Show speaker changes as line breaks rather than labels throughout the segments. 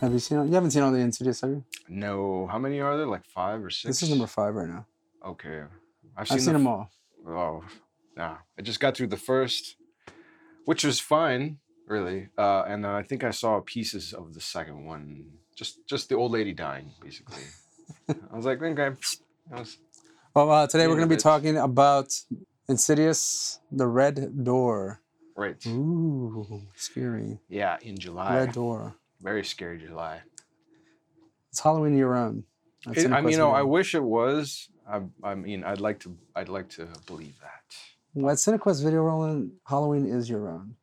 Have you seen? all- You haven't seen all the Insidious, have you?
No, how many are there? Like five or six?
This is number five right now.
Okay,
I've
I've the
seen them
f-
all.
Oh, nah. I just got through the first, which was fine, really. Uh, and then I think I saw pieces of the second one. Just, just the old lady dying, basically. I was like, okay. That was-
Well, uh, today we're
Yeah,
going to be
that's-
talking about Insidious, The Red Door.
right.
Mm-hmm. Ooh, scary.
Yeah, in July.
Red Door.
Very scary July.
It's Halloween year round. That's
It- I mean, you know, I
unquestionable.
wish it was. I, I mean, I'd like to. I'd like to believe that.
Well, At CineQuest Video Rolling, Halloween is year round.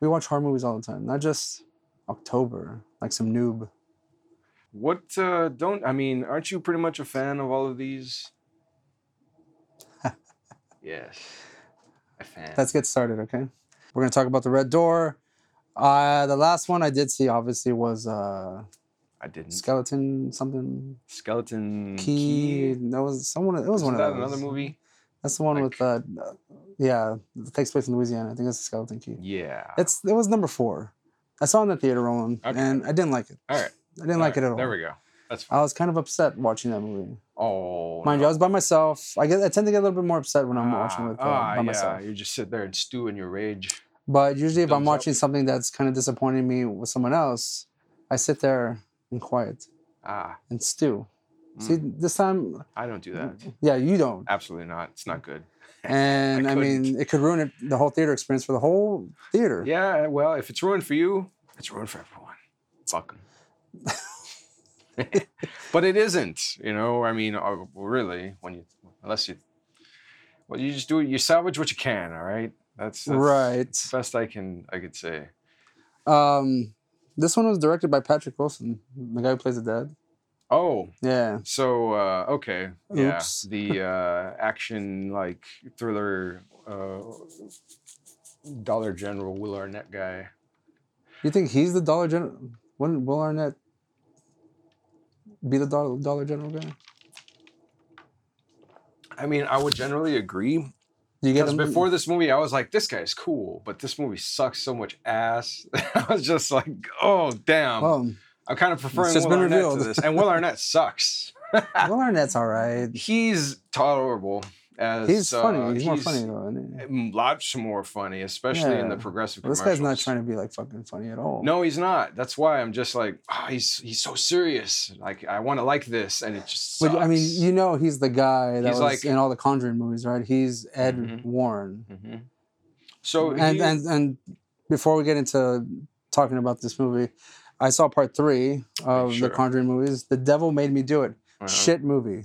We watch horror movies all the time, not just October, like some noob.
What uh, don't I mean? Aren't you pretty much a fan of all of these? yes, a fan.
Let's get started, okay? We're gonna talk about the Red Door. Uh, the last one I did see, obviously, was uh,
I didn't.
Skeleton something
Skeleton
Key.
Key.
That was someone. It was
Wasn't
one of
that
those.
another movie?
That's the one
Like-
with uh, yeah, it takes place in Louisiana. I think that's the Skeleton Key.
Yeah.
It's it was number four. I saw it in the theater rolling,
Okay.
and I didn't like it.
all right.
I didn't like it at all.
There we go. That's fine.
I was kind of upset watching that movie.
Oh,
Mind you, I was by myself. I get I tend to get a little bit more upset when I'm
Ah,
watching with uh,
ah,
by
yeah.
myself.
You just sit there and stew in your rage.
But usually, if I'm
builds up.
watching something that's kind of disappointing me with someone else, I sit there and quiet
Ah,
and stew. See,
mm,
this time,
I don't do that.
yeah, you don't.
Absolutely not. It's not good.
And I, mean,
couldn't.
it could ruin it, the whole theater experience for the whole theater.
Yeah, well, if it's ruined for you, it's ruined for everyone. Fuck 'em. but it isn't, you know. I mean, uh, really, when you unless you, well, you just do it. You salvage what you can. All right, that's, that's
right.
the Best I can I could say.
Um, this one was directed by Patrick Wilson, the guy who plays the dad.
Oh,
Yeah.
so uh, okay, yeah,
Oops.
the uh, action like thriller, uh, Dollar General Will Arnett guy.
You think he's the Dollar General? Wouldn't Will Arnett be the Dollar, Dollar General guy?
I mean, I would generally agree
Do you get
Because
him?
before this movie, I was like, this guy's cool, but this movie sucks so much ass. I was just like, oh, damn.
Oh,
I'm kind of preferring
just
Will
been
Arnett
revealed.
to this. And Will Arnett sucks.
Will Arnett's all right.
He's tolerable. As,
He's
uh,
funny. He's, more funny though. Isn't he?
mm, Lots more funny, especially in the
Yeah.
progressive
Well, this guy's not
commercials.
trying to be like fucking funny at all.
No, he's not. That's why I'm just like, ah, he's he's so serious. Like, I want to like this, and it just sucks.
But I mean, you know, he's the guy that
He's
was
like-
in all the Conjuring movies, right? He's Ed
Mhm.
Warren.
Mhm. So
and,
he-
and and before we get into talking about this movie, I saw part three of
Sure.
the Conjuring movies. The Devil Made Me Do It.
uh,
Shit movie.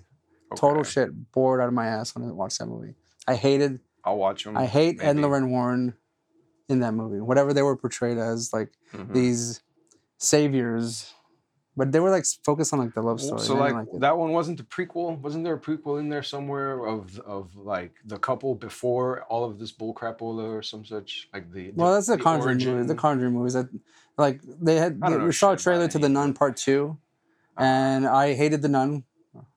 Total
okay.
shit. Bored out of my ass when I watched that movie. I hated.
I'll watch him.
I hate Ed and
Hmm. maybe.
Lorraine Warren in that movie. Whatever they were portrayed as, like
Mhm.
these saviors, but they were like s- focused on like the love
Well,
story.
So
and I
like,
didn't it.
that one wasn't the prequel. Wasn't there a prequel in there somewhere of of like the couple before all of this bull crapola or some such like the
Well, that's the, Conjuring
origin?
movies. The Conjuring movies that, like, they had.
I don't know
we saw a
shit about
trailer to
any Uh-huh.
the
of
Nun Part Two, and I hated the Nun.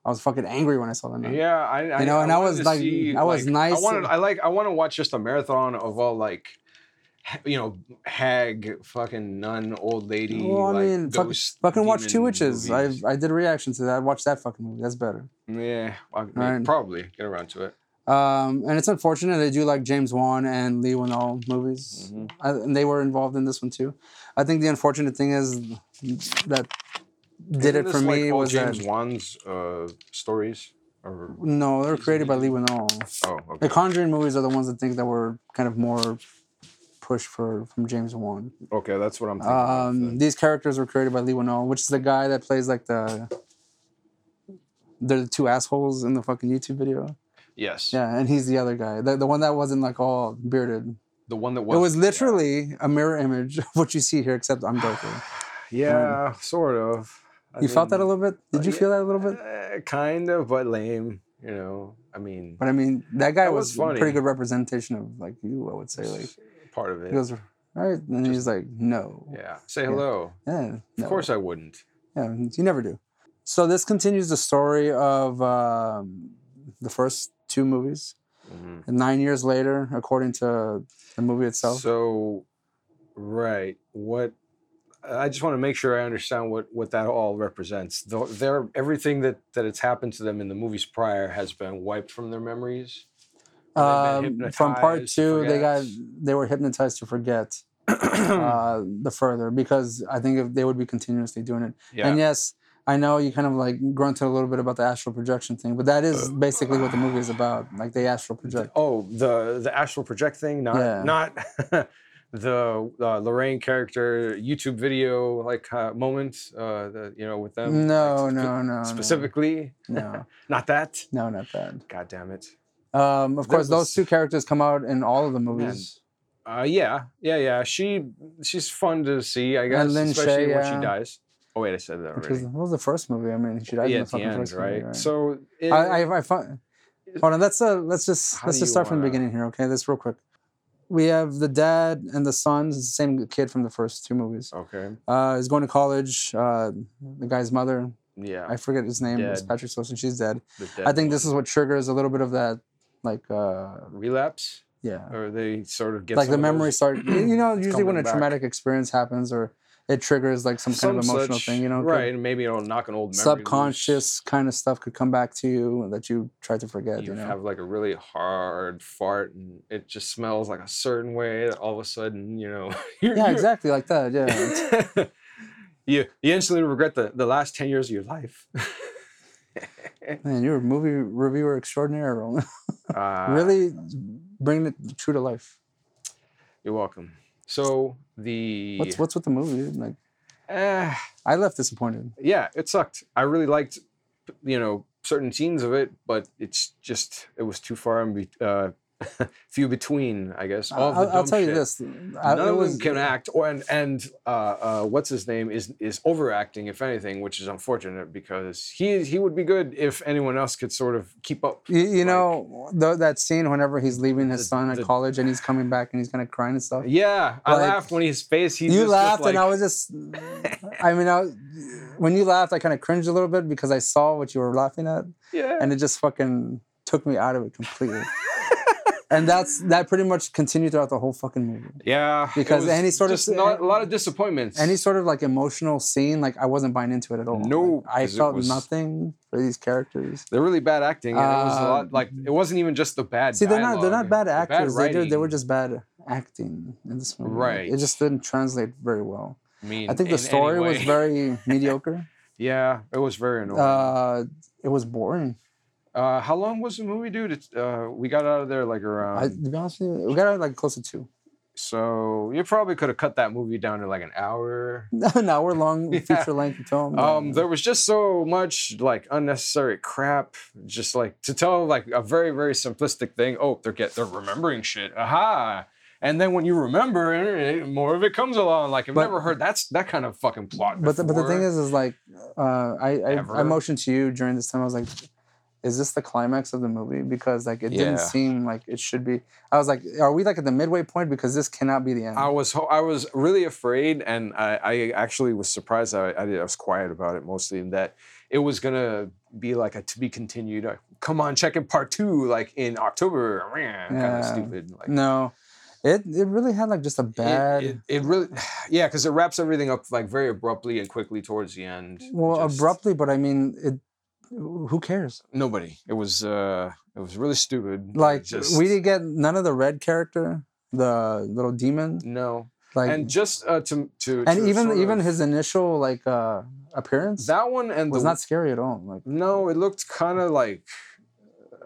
I was fucking angry when I saw the Nun.
yeah, I, I
You know, and I
wanted
was
to
like-
see,
I was
like,
nice
I wanted,
and-
I like, I want to watch just a marathon of all like, ha- you know, hag, fucking nun, old lady.
Well, I
like,
mean, fuck-
ghost
Fucking watch Two
demon
Witches. I
movies.
I did a reaction to that. I watched that fucking movie. That's better.
yeah, I,
Right.
probably get around to it.
Um, and it's unfortunate they do like James Wan and Lee Winnell movies,
Mhm.
I, and they were involved in this one too. I think the unfortunate thing is that did
Isn't
it for
this, like,
me
all
was
James
that
Wan's uh, stories or
no, they were
Isn't
created by
it?
Lee Winnell.
oh okay.
The Conjuring movies are the ones I think that were kind of more pushed for from James Wan.
Okay, that's what I'm thinking. of
Um,
then.
these characters were created by Lee Winnell, which is the guy that plays like the they're the two assholes in the fucking YouTube video.
yes.
Yeah, and he's the other guy, the, the one that wasn't like all bearded.
The one that
It
was.
was
yeah.
literally a mirror image of what you see here, except I'm darker.
Yeah, sort of. I
um, You felt that a
mean,
little bit? Did
uh,
you
yeah.
feel that a little bit?
eh, kind of, but lame. You know, I mean,
But I mean, that guy
That
was, a
was
pretty
funny.
good representation of like you. I would say like
part of it.
he goes all right, and he's like no,
yeah. Say hello.
yeah, no.
Of course, I wouldn't.
Yeah, you never do. So this continues the story of um, the first two movies.
Mhm.
And nine years later, according to the movie itself,
So, right. What? I just want to make sure I understand what, what that all represents. Though Their, everything that, that it's happened to them in the movies prior has been wiped from their memories. They've been
Um, from part
hypnotized to
two, they got
forget.
they were hypnotized to forget uh, the further because I think if they would be continuously doing it.
yeah.
And yes, I know you kind of like grunted a little bit about the astral projection thing, but that
Uh.
is basically what the movie is about. Like they astral project.
Oh, the the astral project thing, not
Yeah.
not the uh, Lorraine character YouTube video like uh, moment. Uh, the, you know, with them.
No,
like,
no, no, no.
Specifically,
No,
not that.
no, not that.
God damn it.
Um, of
There
course, those
was-
two characters come out in all of the movies.
Uh, yeah, yeah, yeah. She she's fun to see, I guess,
Lin
especially
Shaye,
when
yeah.
she dies. Oh wait, I said that
Because
already.
what was the first movie? I mean, she died
yeah,
in the
at the
fucking
end,
first
right?
movie, right?
So it,
I, I, I find, hold on. Let's uh, let's just
How
let's
do
just
you
start from the
wanna-
beginning here, okay? That's real quick. We have the dad and the son. It's the same kid from the first two movies.
okay,
Uh, he's going to college. Uh, the guy's mother,
yeah.
I forget his name. It's
Dead.
Patrick Swayze. She's dead.
the
I
dead
think this
one.
is what triggers a little bit of that, like, uh,
relapse,
yeah,
or they sort of get
like the
some of those-
memory start. You know, usually when
coming
a
back.
traumatic experience happens or it triggers like some, kind of
some
emotional
such-
thing. You know, it could-
right? And maybe it'll knock an old memory loose.
subconscious kind of stuff could come back to you that you tried to forget. You,
you
know,
have like a really hard fart and it just smells like a certain way that all of a sudden you know you're,
yeah,
you're-
exactly like that. Yeah,
you you instantly regret the, the last 10 years of your life
man, you're a movie reviewer extraordinaire, Roland.
uh,
really bringing it true to life.
you're welcome so the
What's what's with the movie? dude? Like,
Eh,
I left disappointed.
yeah it sucked i really liked you know certain scenes of it but it's just it was too far and be, uh, few between i guess all of the
I'll, I'll
dumb
tell you
shit.
this. I-
None
it
of
was-
them can act, or and, and uh, uh, what's his name is is overacting, if anything, which is unfortunate because he he would be good if anyone else could sort of keep up.
You, you
like-
know tho- that scene whenever he's leaving his
The-
son at
the-
college and he's coming back and he's kind of crying and stuff.
Yeah, I
Like,
laughed when his face. He
you
just
laughed
looked
and I
like-
was just. I mean, I was, when you laughed, I kind of cringed a little bit because I saw what you were laughing at,
yeah.
and it just fucking took me out of it completely. and that's that pretty much continued throughout the whole fucking movie.
yeah, it
because
was
any sort of-
just not- a lot of disappointments.
Any sort of like emotional scene, like I wasn't buying into it at all. Like,
No,
I
'cause it
felt
was-
nothing for these characters.
they're really bad acting, and it was a
Um,
lot like it wasn't even just the bad.
See, they're not they're not
dialogue,
bad
the
actors. they, did, they were
writing.
just bad acting in this movie. Like,
Right.
it just didn't translate very well.
I mean,
I think
in
the
any
story was
way.
very mediocre.
Yeah, it was very annoying. Uh,
Uh, it was boring.
how long was the movie, dude? It's, uh, we got out of there like around.
I, to be honest with you, we got out like close to two.
So you probably could have cut that movie down to like an hour.
An hour long
Yeah.
feature length film.
Um, there was just so much like unnecessary crap, just like to tell like a very very simplistic thing. Oh, they're get they're remembering shit. Aha! And then when you remember, eh, more of it comes along. Like I've
But-
never heard that's that kind of fucking plot.
but the, but the thing
before.
is, is like, uh, I, I I
Ever.
motioned to you during this time. I was like, is this the climax of the movie? Because like it
Yeah.
didn't seem like it should be. I was like, are we like at the midway point? Because this cannot be the end.
I was ho- I was really afraid, and I, I actually was surprised. I I, did, I was quiet about it mostly, in that it was gonna be like a to be continued. uh, Come on, check in part two, like in October. Kind
Yeah.
of stupid. Like
no, it it really had like just a
it-
bad.
It, it really, yeah, because it wraps everything up like very abruptly and quickly towards the end.
well,
Just-
abruptly, but I mean, it. Who cares?
Nobody. It was uh, it was really stupid. but it
Like
just,
we didn't get none of the red character, the little demon.
no,
Like
and just uh, to to
and
to
even
sort
even
of-
his initial like uh appearance
that one and
was
the
not scary at all like
No, it looked kind of like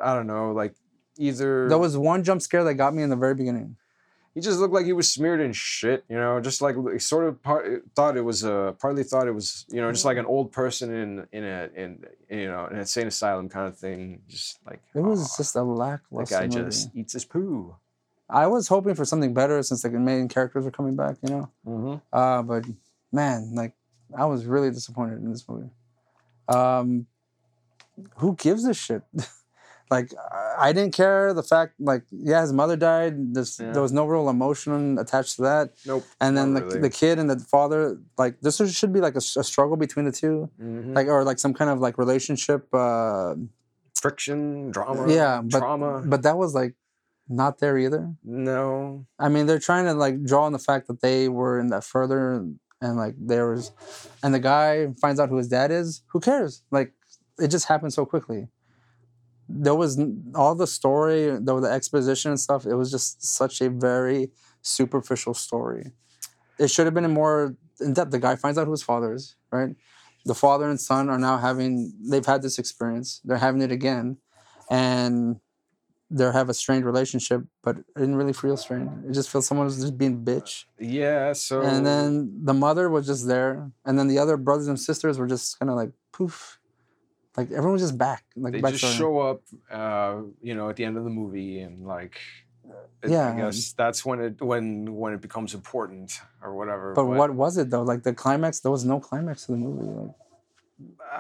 I don't know, like either
there was one jump scare that got me in the very beginning
he just looked like he was smeared in shit, you know, just like he sort of part, thought it was a partly thought it was, you know, just like an
Mm-hmm.
old person in in a in you know, an insane asylum kind of thing, just like
it was
"Aw,
just a
the
lackluster
guy
movie.
just eats his poo.
i was hoping for something better since the main characters were coming back you know
Mm-hmm.
uh but man like i was really disappointed in this movie um who gives a shit like I- i didn't care the fact like yeah his mother died There's,
Yeah.
there was no real emotion attached to that
Nope.
and then
Not
the,
really.
the kid and the father like this is- should be like a, s- a struggle between the 2
Mhm.
like or like some kind of like relationship uh
friction, drama,
yeah but
trauma.
but that was like not there either
no.
i mean they're trying to like draw on the fact that they were in that further and and like there was and the guy finds out who his dad is who cares like it just happened so quickly there was n- all the story though the exposition and stuff it was just such a very superficial story it should have been more in depth the guy finds out who his father is right the father and son are now having they've had this experience they're having it again and they have a strained relationship but it didn't really feel strained it just feels someone was just being a bitch
Yeah. So.
and then the mother was just there, and then the other brothers and sisters were just kind of like poof, like everyone was just back, like
they
back
just show up, uh, you know, at the end of the movie, and like, it-
Yeah.
I guess that's when it when when it becomes important or whatever.
But what was it though? Like the climax, there was no climax to the movie. Like,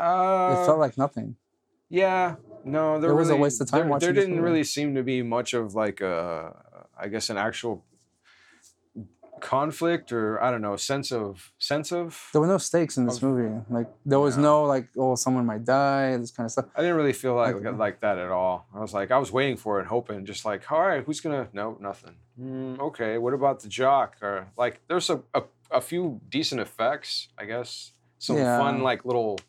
Uh,
it felt like nothing.
Yeah. No, there
It
really,
was a waste of time
There,
watching
there
this
didn't
movie.
really seem to be much of like a, I guess, an actual conflict or I don't know, sense of sense of.
There were no stakes in this
Of-
movie. Like there was
Yeah.
no like oh someone might die, this kind of stuff.
I didn't really feel like
Like-
like that at all. I was like, I was waiting for it, hoping, just like, all right, who's gonna? No, nothing. Mm, okay, what about the jock? Or like, there's a, a a few decent effects, I guess. Some fun
Yeah.
like little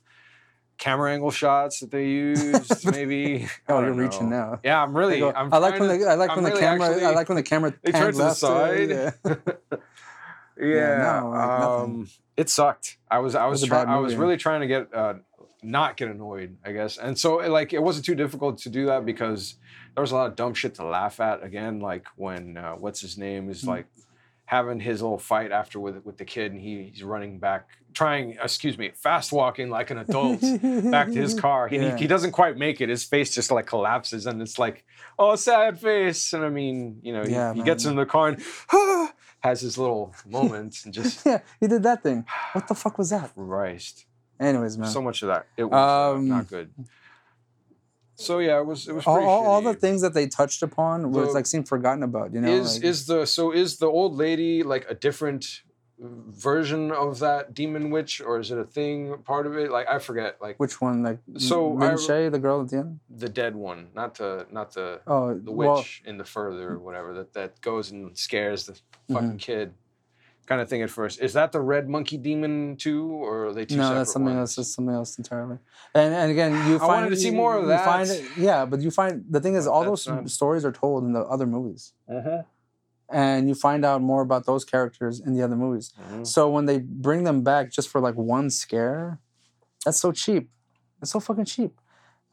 camera angle shots that they used, maybe. I
Oh,
don't
you're reaching
know.
now.
Yeah, I'm really.
They go,
I'm
I like
trying
when
to-
the I like
I'm
when the
really
camera I
actually-
like when the camera
They turn
panned
to the
left, uh,
side.
yeah.
yeah,
no, like nothing.
um, it sucked. I was I was,
was a
trying
bad
I was
movie.
really trying to get uh, not get annoyed, I guess. And so it, like it wasn't too difficult to do that because there was a lot of dumb shit to laugh at. Again, like when uh, what's his name is
Mm.
like having his little fight after with with the kid, and he, he's running back, trying excuse me, fast walking like an adult. Back to his car, he,
Mm, Yeah.
he doesn't quite make it. His face just like collapses, and it's like, oh, sad face. And I mean, you know, he,
Yeah,
he gets
man.
in the car and "Ah," has his little moment and just
yeah, he did that thing. What the fuck was that?
Christ.
Anyways, man.
So much of that. It was uh,
Um,
not good. So yeah, it was it was
all,
pretty
all, all the
shitty.
things that they touched upon was
The-
like seemed forgotten about. You know,
is
like,
is the so is the old lady like a different version of that demon witch or is it a thing part of it? Like I forget, like
which one? Like
So,
so,
I
Lin
re-
Shay, the girl at the end.
the dead one, not the not the
Oh,
the witch
well, Mm.
in the further or whatever that that goes and scares the fucking
mm-hmm.
kid. Kind of thing at first. Is that the red monkey demon too, or are they two
no,
separate
that's something
ones?
else. That's something else entirely. And and again, you
I
find
wanted to see more of
you
that.
Find it, yeah, but you find the thing is
But
all
that's
those
not-
stories are told in the other movies,
Mhm,
and you find out more about those characters in the other movies.
mhm.
So when they bring them back just for like one scare, that's so cheap. It's so fucking cheap.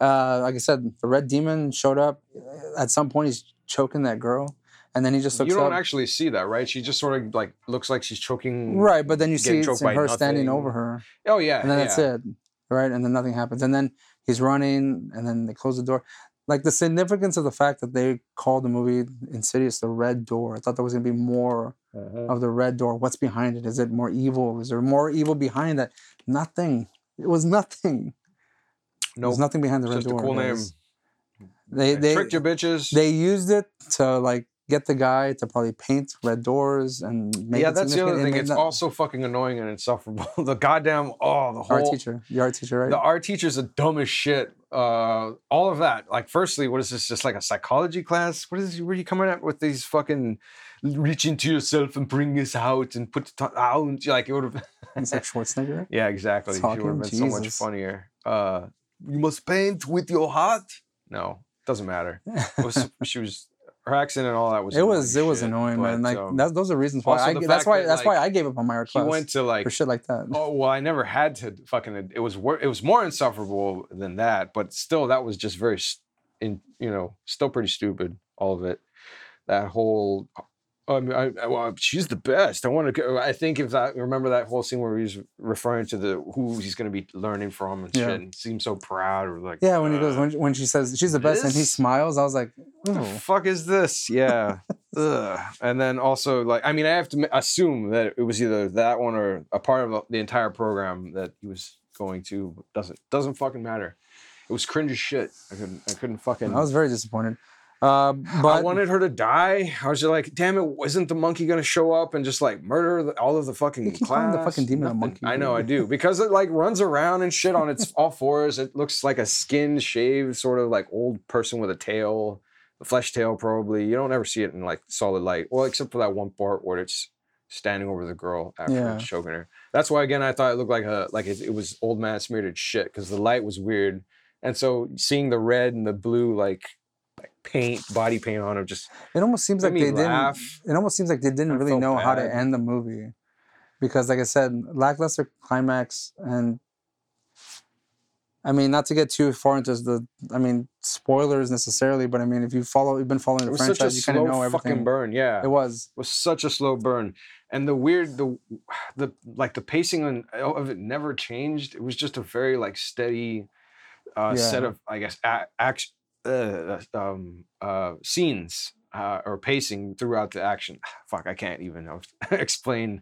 Uh, like I said, the red demon showed up. uh, At some point, he's choking that girl, and then he just looks
you don't
up.
actually see that, right? She just sort of like looks like she's choking.
right, but then you
getting
see it's
choked
in
by
her standing
nothing.
over her,
Oh yeah,
and then that's it. Right, and then nothing happens, and then he's running, and then they close the door. Like the significance of the fact that they called the movie Insidious the Red Door. I thought there was gonna be more
Mm-hmm.
of the red door. What's behind it? Is it more evil? Is there more evil behind that? Nothing. It was nothing. There
No,
was nothing behind the red
just a
door.
cool name.
guys. They
They
they
tricked your bitches.
they used it to like get the guy to probably paint red doors and make
yeah,
it
that's the other
significant. It
thing.
made
It's
no-
also fucking annoying and insufferable. the goddamn oh the
art
whole
teacher. The art teacher, right?
the art teacher's the dumbest shit. Uh, all of that. Like, firstly, what is this? Just like a psychology class? What is? Where are you coming at with these fucking reach into yourself and bring this out and put it out? Like it would have.
It's like Schwarzenegger.
Yeah, exactly. She would
Talking,
have been so much
Jesus.
funnier. Uh, you must paint with your heart. No, doesn't matter. It was, she was her accent and all that was.
it was it
annoying
was
shit,
annoying, man.
but,
Like
um,
that's, those are reasons why.
also
I,
the
g- that's
fact
why
that,
that's why
like,
I gave up on my art
he
class
went to like.
for shit like that.
Oh well, I never had to fucking. It was wor- it was more insufferable than that, but still, that was just very, s- in you know, still pretty stupid. All of it, that whole. I mean, I, I, well, she's the best. I want to. go I think if that remember that whole scene where he's referring to the who he's going to be learning from and
Yeah.
shit, and seems so proud or like.
Yeah, when he
"Ugh."
goes when, when she says she's the best and he
uh, this?
smiles, I was like,
the
oh.
fuck is this? Yeah. Ugh. And then also, like, I mean, I have to ma- assume that it was either that one or a part of the entire program that he was going to. but Doesn't doesn't fucking matter. It was cringe as shit. I couldn't. I couldn't fucking.
I was very disappointed. Uh, but
I wanted her to die. I was just like, damn it, wasn't the monkey gonna show up and just like murder the, all of the fucking
You keep calling
class?
the fucking demon a
Nothing.
monkey,
I know, I
dude.
do. Because it like runs around and shit on its all fours. It looks like a skin shaved sort of like old person with a tail, a flesh tail probably. You don't ever see it in like solid light. Well, except for that one part where it's standing over the girl after
Yeah.
choking her. That's why again I thought it looked like a like it, it was old man smeared shit because the light was weird, and so seeing the red and the blue like like paint body paint on him just
It almost seems
Made
like
me
they
laugh.
didn't. It almost seems like they didn't
I
really
felt
know how to
bad.
end the movie, because like I said, lackluster climax and. I mean, not to get too far into the. I mean, spoilers necessarily, but I mean, if you follow, you've been following
it
the
was such a
franchise, you kind of know
slow fucking
everything.
burn. Yeah,
It was.
was such a slow burn and the weird the the like the pacing on, of it never changed it was just a very like steady uh,
Yeah.
set of i guess a- action uh, um, uh, scenes uh, or pacing throughout the action Ah, fuck i can't even explain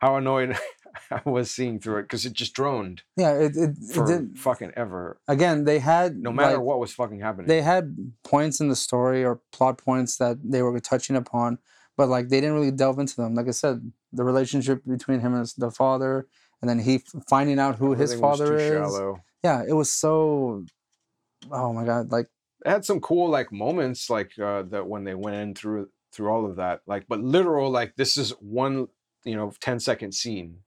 how annoyed i was seeing through it because it just droned
Yeah, it it, it
for
did.
fucking ever
Again, they had
no matter
like,
what was fucking happening
they had points in the story or plot points that they were touching upon, but like they didn't really delve into them. Like I said, the relationship between him and his, the father, and then he f- finding out who his
Everything was
father
too
is.
shallow.
Yeah, it was so. Oh my god! Like
it had some cool like moments like uh that when they went in through through all of that like but literal like this is one you know 10 second scene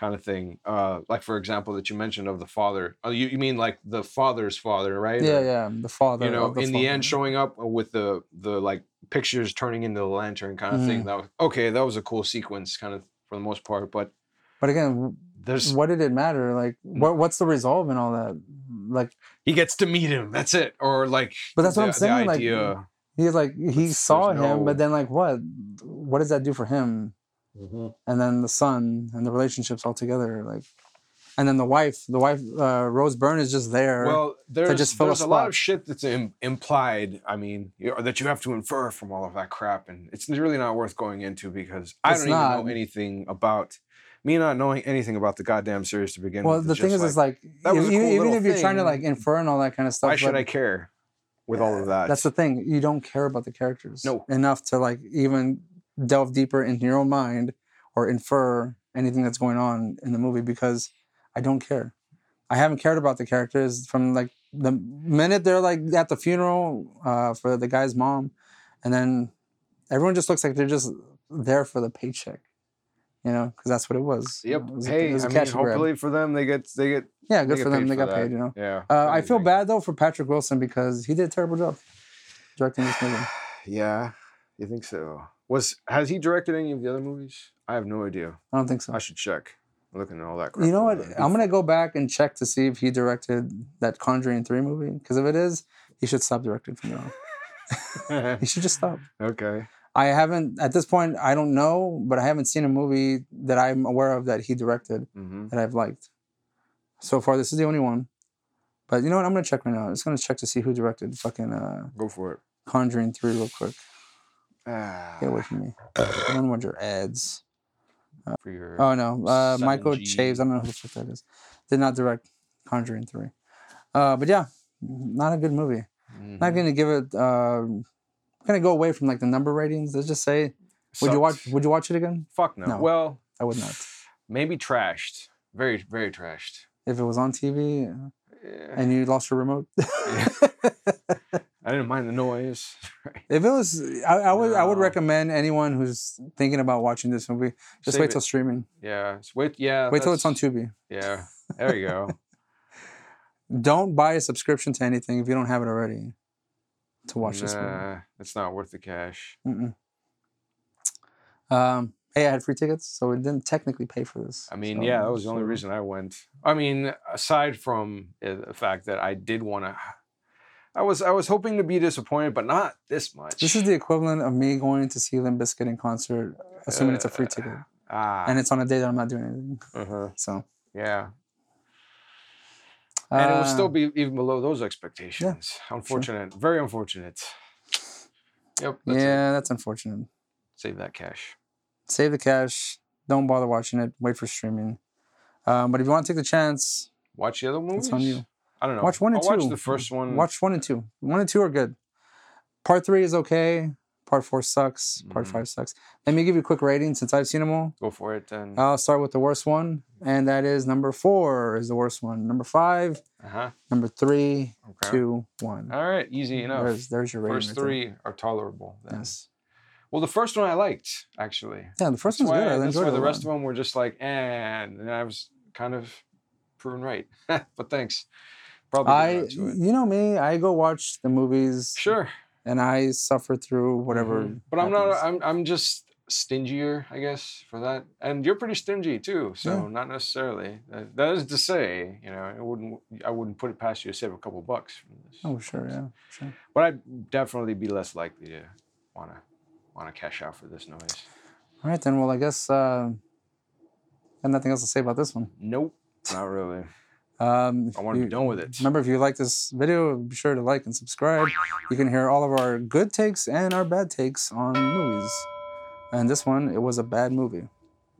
kind of thing uh like for example that you mentioned of the father oh you, you mean like the father's father right
yeah,
Or,
yeah, the father.
you know
of the
in the end
father.
showing up with the the like pictures turning into the lantern kind of thing
Mhm.
that was okay that was a cool sequence kind of for the most part but
But again,
there's
what did it matter? Like,
Mm.
what what's the resolve and all that? Like,
he gets to meet him that's it or like
But that's what I'm
the- the
saying, like,
idea-
he's like he
there's
saw him,
no-
but then like what? What does that do for him?
Mm-hmm.
and then the son and the relationships all together like and then the wife the wife uh, rose byrne is just there
Well, there's,
just fill a
there's a, lot
spot.
of shit that's Im- implied. I mean, you know, that you have to infer from all of that crap, and it's really not worth going into because I
It's
don't
not.
even know anything about me not knowing anything about the goddamn series to begin
well
with.
the
It's
thing is
just
it's like
that was
e-
a cool
even,
little
if you're trying to
thing.
like infer and all that kind of stuff
why should
but
I care with all of that?
that's the thing you don't care about the characters
No.
enough to like even delve deeper into your own mind or infer anything that's going on in the movie because i don't care i haven't cared about the characters from like the minute they're like at the funeral uh, for the guy's mom and then everyone just looks like they're just there for the paycheck you know because that's what it was
Yep.
It was a- it
Hey,
was
I
a
mean,
cash grab.
hopefully for them, they get they get
yeah
they
good
get
for them
paid
they
for
got
that.
paid you know
Yeah.
uh, i feel
anything.
bad though for patrick wilson because he did a terrible job directing this movie
Yeah, you think so? Was has he directed any of the other movies? I have no idea.
I don't think so.
I should check. I'm looking at all that crap.
You know what?
online.
I'm gonna go back and check to see if he directed that Conjuring Three movie. Because if it is, he should stop directing from now. on. He should just stop.
okay.
I haven't at this point. I don't know, but I haven't seen a movie that I'm aware of that he directed
hmm
that I've liked. So far, this is the only one. But you know what? I'm gonna check right now. I'm just gonna check to see who directed fucking uh,
Go for it.
Conjuring Three real quick.
Ah,
Get away from me. I don't want your ads.
Ah, for your
Oh no, uh, Michael
Sanji.
Chaves. I don't know who the fuck that is. Did not direct Conjuring Three. Uh, but yeah, not a good movie.
mhm.
Not gonna give it. Uh, gonna go away from like the number ratings. Let's just say, would
Sucked.
you watch? Would you watch it again?
Fuck no.
No.
Well,
I would not.
maybe trashed. Very, very trashed.
If it was on TV
Eh,
and you lost your remote,
I didn't mind the noise.
if it was, I, I would. I would
No.
recommend anyone who's thinking about watching this movie just
Save
wait till
it.
streaming.
Yeah. it's- Wait. Yeah.
Wait till it's on
that's-
Tubi.
Yeah. There you go.
Don't buy a subscription to anything if you don't have it already to watch this movie.
Nah, it's not worth the cash.
Mm-mm. Um, hey, I had free tickets, so we didn't technically pay for this.
I mean,
so-
yeah, that was the only
so-
reason I went. I mean, aside from uh, the fact that I did want to, I was I was hoping to be disappointed, but not this much.
This is the equivalent of me going to see Limp Bizkit in concert, assuming it's a free
Uh,
ticket,
ah,
and it's on a day that I'm not doing anything.
uh-huh,
So,
yeah, and it will
uh,
still be even below those expectations. Unfortunate, very unfortunate. Yep. That's it.
yeah, that's unfortunate.
Save that cash.
Save the cash. Don't bother watching it. Wait for streaming. Um, but if you want to take the chance,
Watch the other movies.
it's on you.
I don't know.
Watch one and
I'll
two. Mm,
Watch the first one.
Watch one and two. One and two are good. Part three is okay. Part four sucks. Part
Mhm.
five sucks. Let me give you a quick rating since I've seen them all.
Go for it then. Uh
I'll start with the worst one, and that is number four is the worst one. Number five,
huh.
number three,
Uh-huh, Okay.
two, one.
All right. Easy enough.
There's there's your rating.
First
right there.
three are tolerable. Then.
Yes.
Well, the first one I liked actually.
Yeah, the first
That's
one's
why,
good. I
that's
enjoyed
why
it.
the rest of them were just like, eh, and I was kind of proven right. but thanks. Probably.
I,
get around to it.
you know me, I go watch the movies
Sure.
and I suffer through whatever.
Mhm. But I'm not.
happens.
I'm I'm just stingier, I guess, for that. And you're pretty stingy too, so
Yeah.
not necessarily. That, that is to say, you know, I wouldn't I wouldn't put it past you to save a couple bucks from this.
Oh, sure, yeah, sure.
But I'd definitely be less likely to wanna wanna cash out for this noise.
All right then. Well, I guess uh, I have nothing else to say about this one.
Nope. Not really.
Um, if
I want to
you-
be done with it.
Remember, if you like this video, be sure to like and subscribe. You can hear all of our good takes and our bad takes on movies. And this one, it was a bad movie,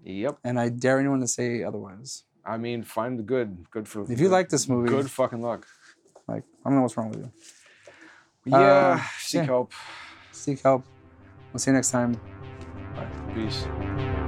Yep.
and I dare anyone to say otherwise.
I mean, find the good. Good for.
If you like this movie,
Good fucking luck.
like I don't know what's wrong with you.
Yeah.
Uh,
seek
yeah.
help.
Seek help. We'll see you next time.
Peace.
Bye.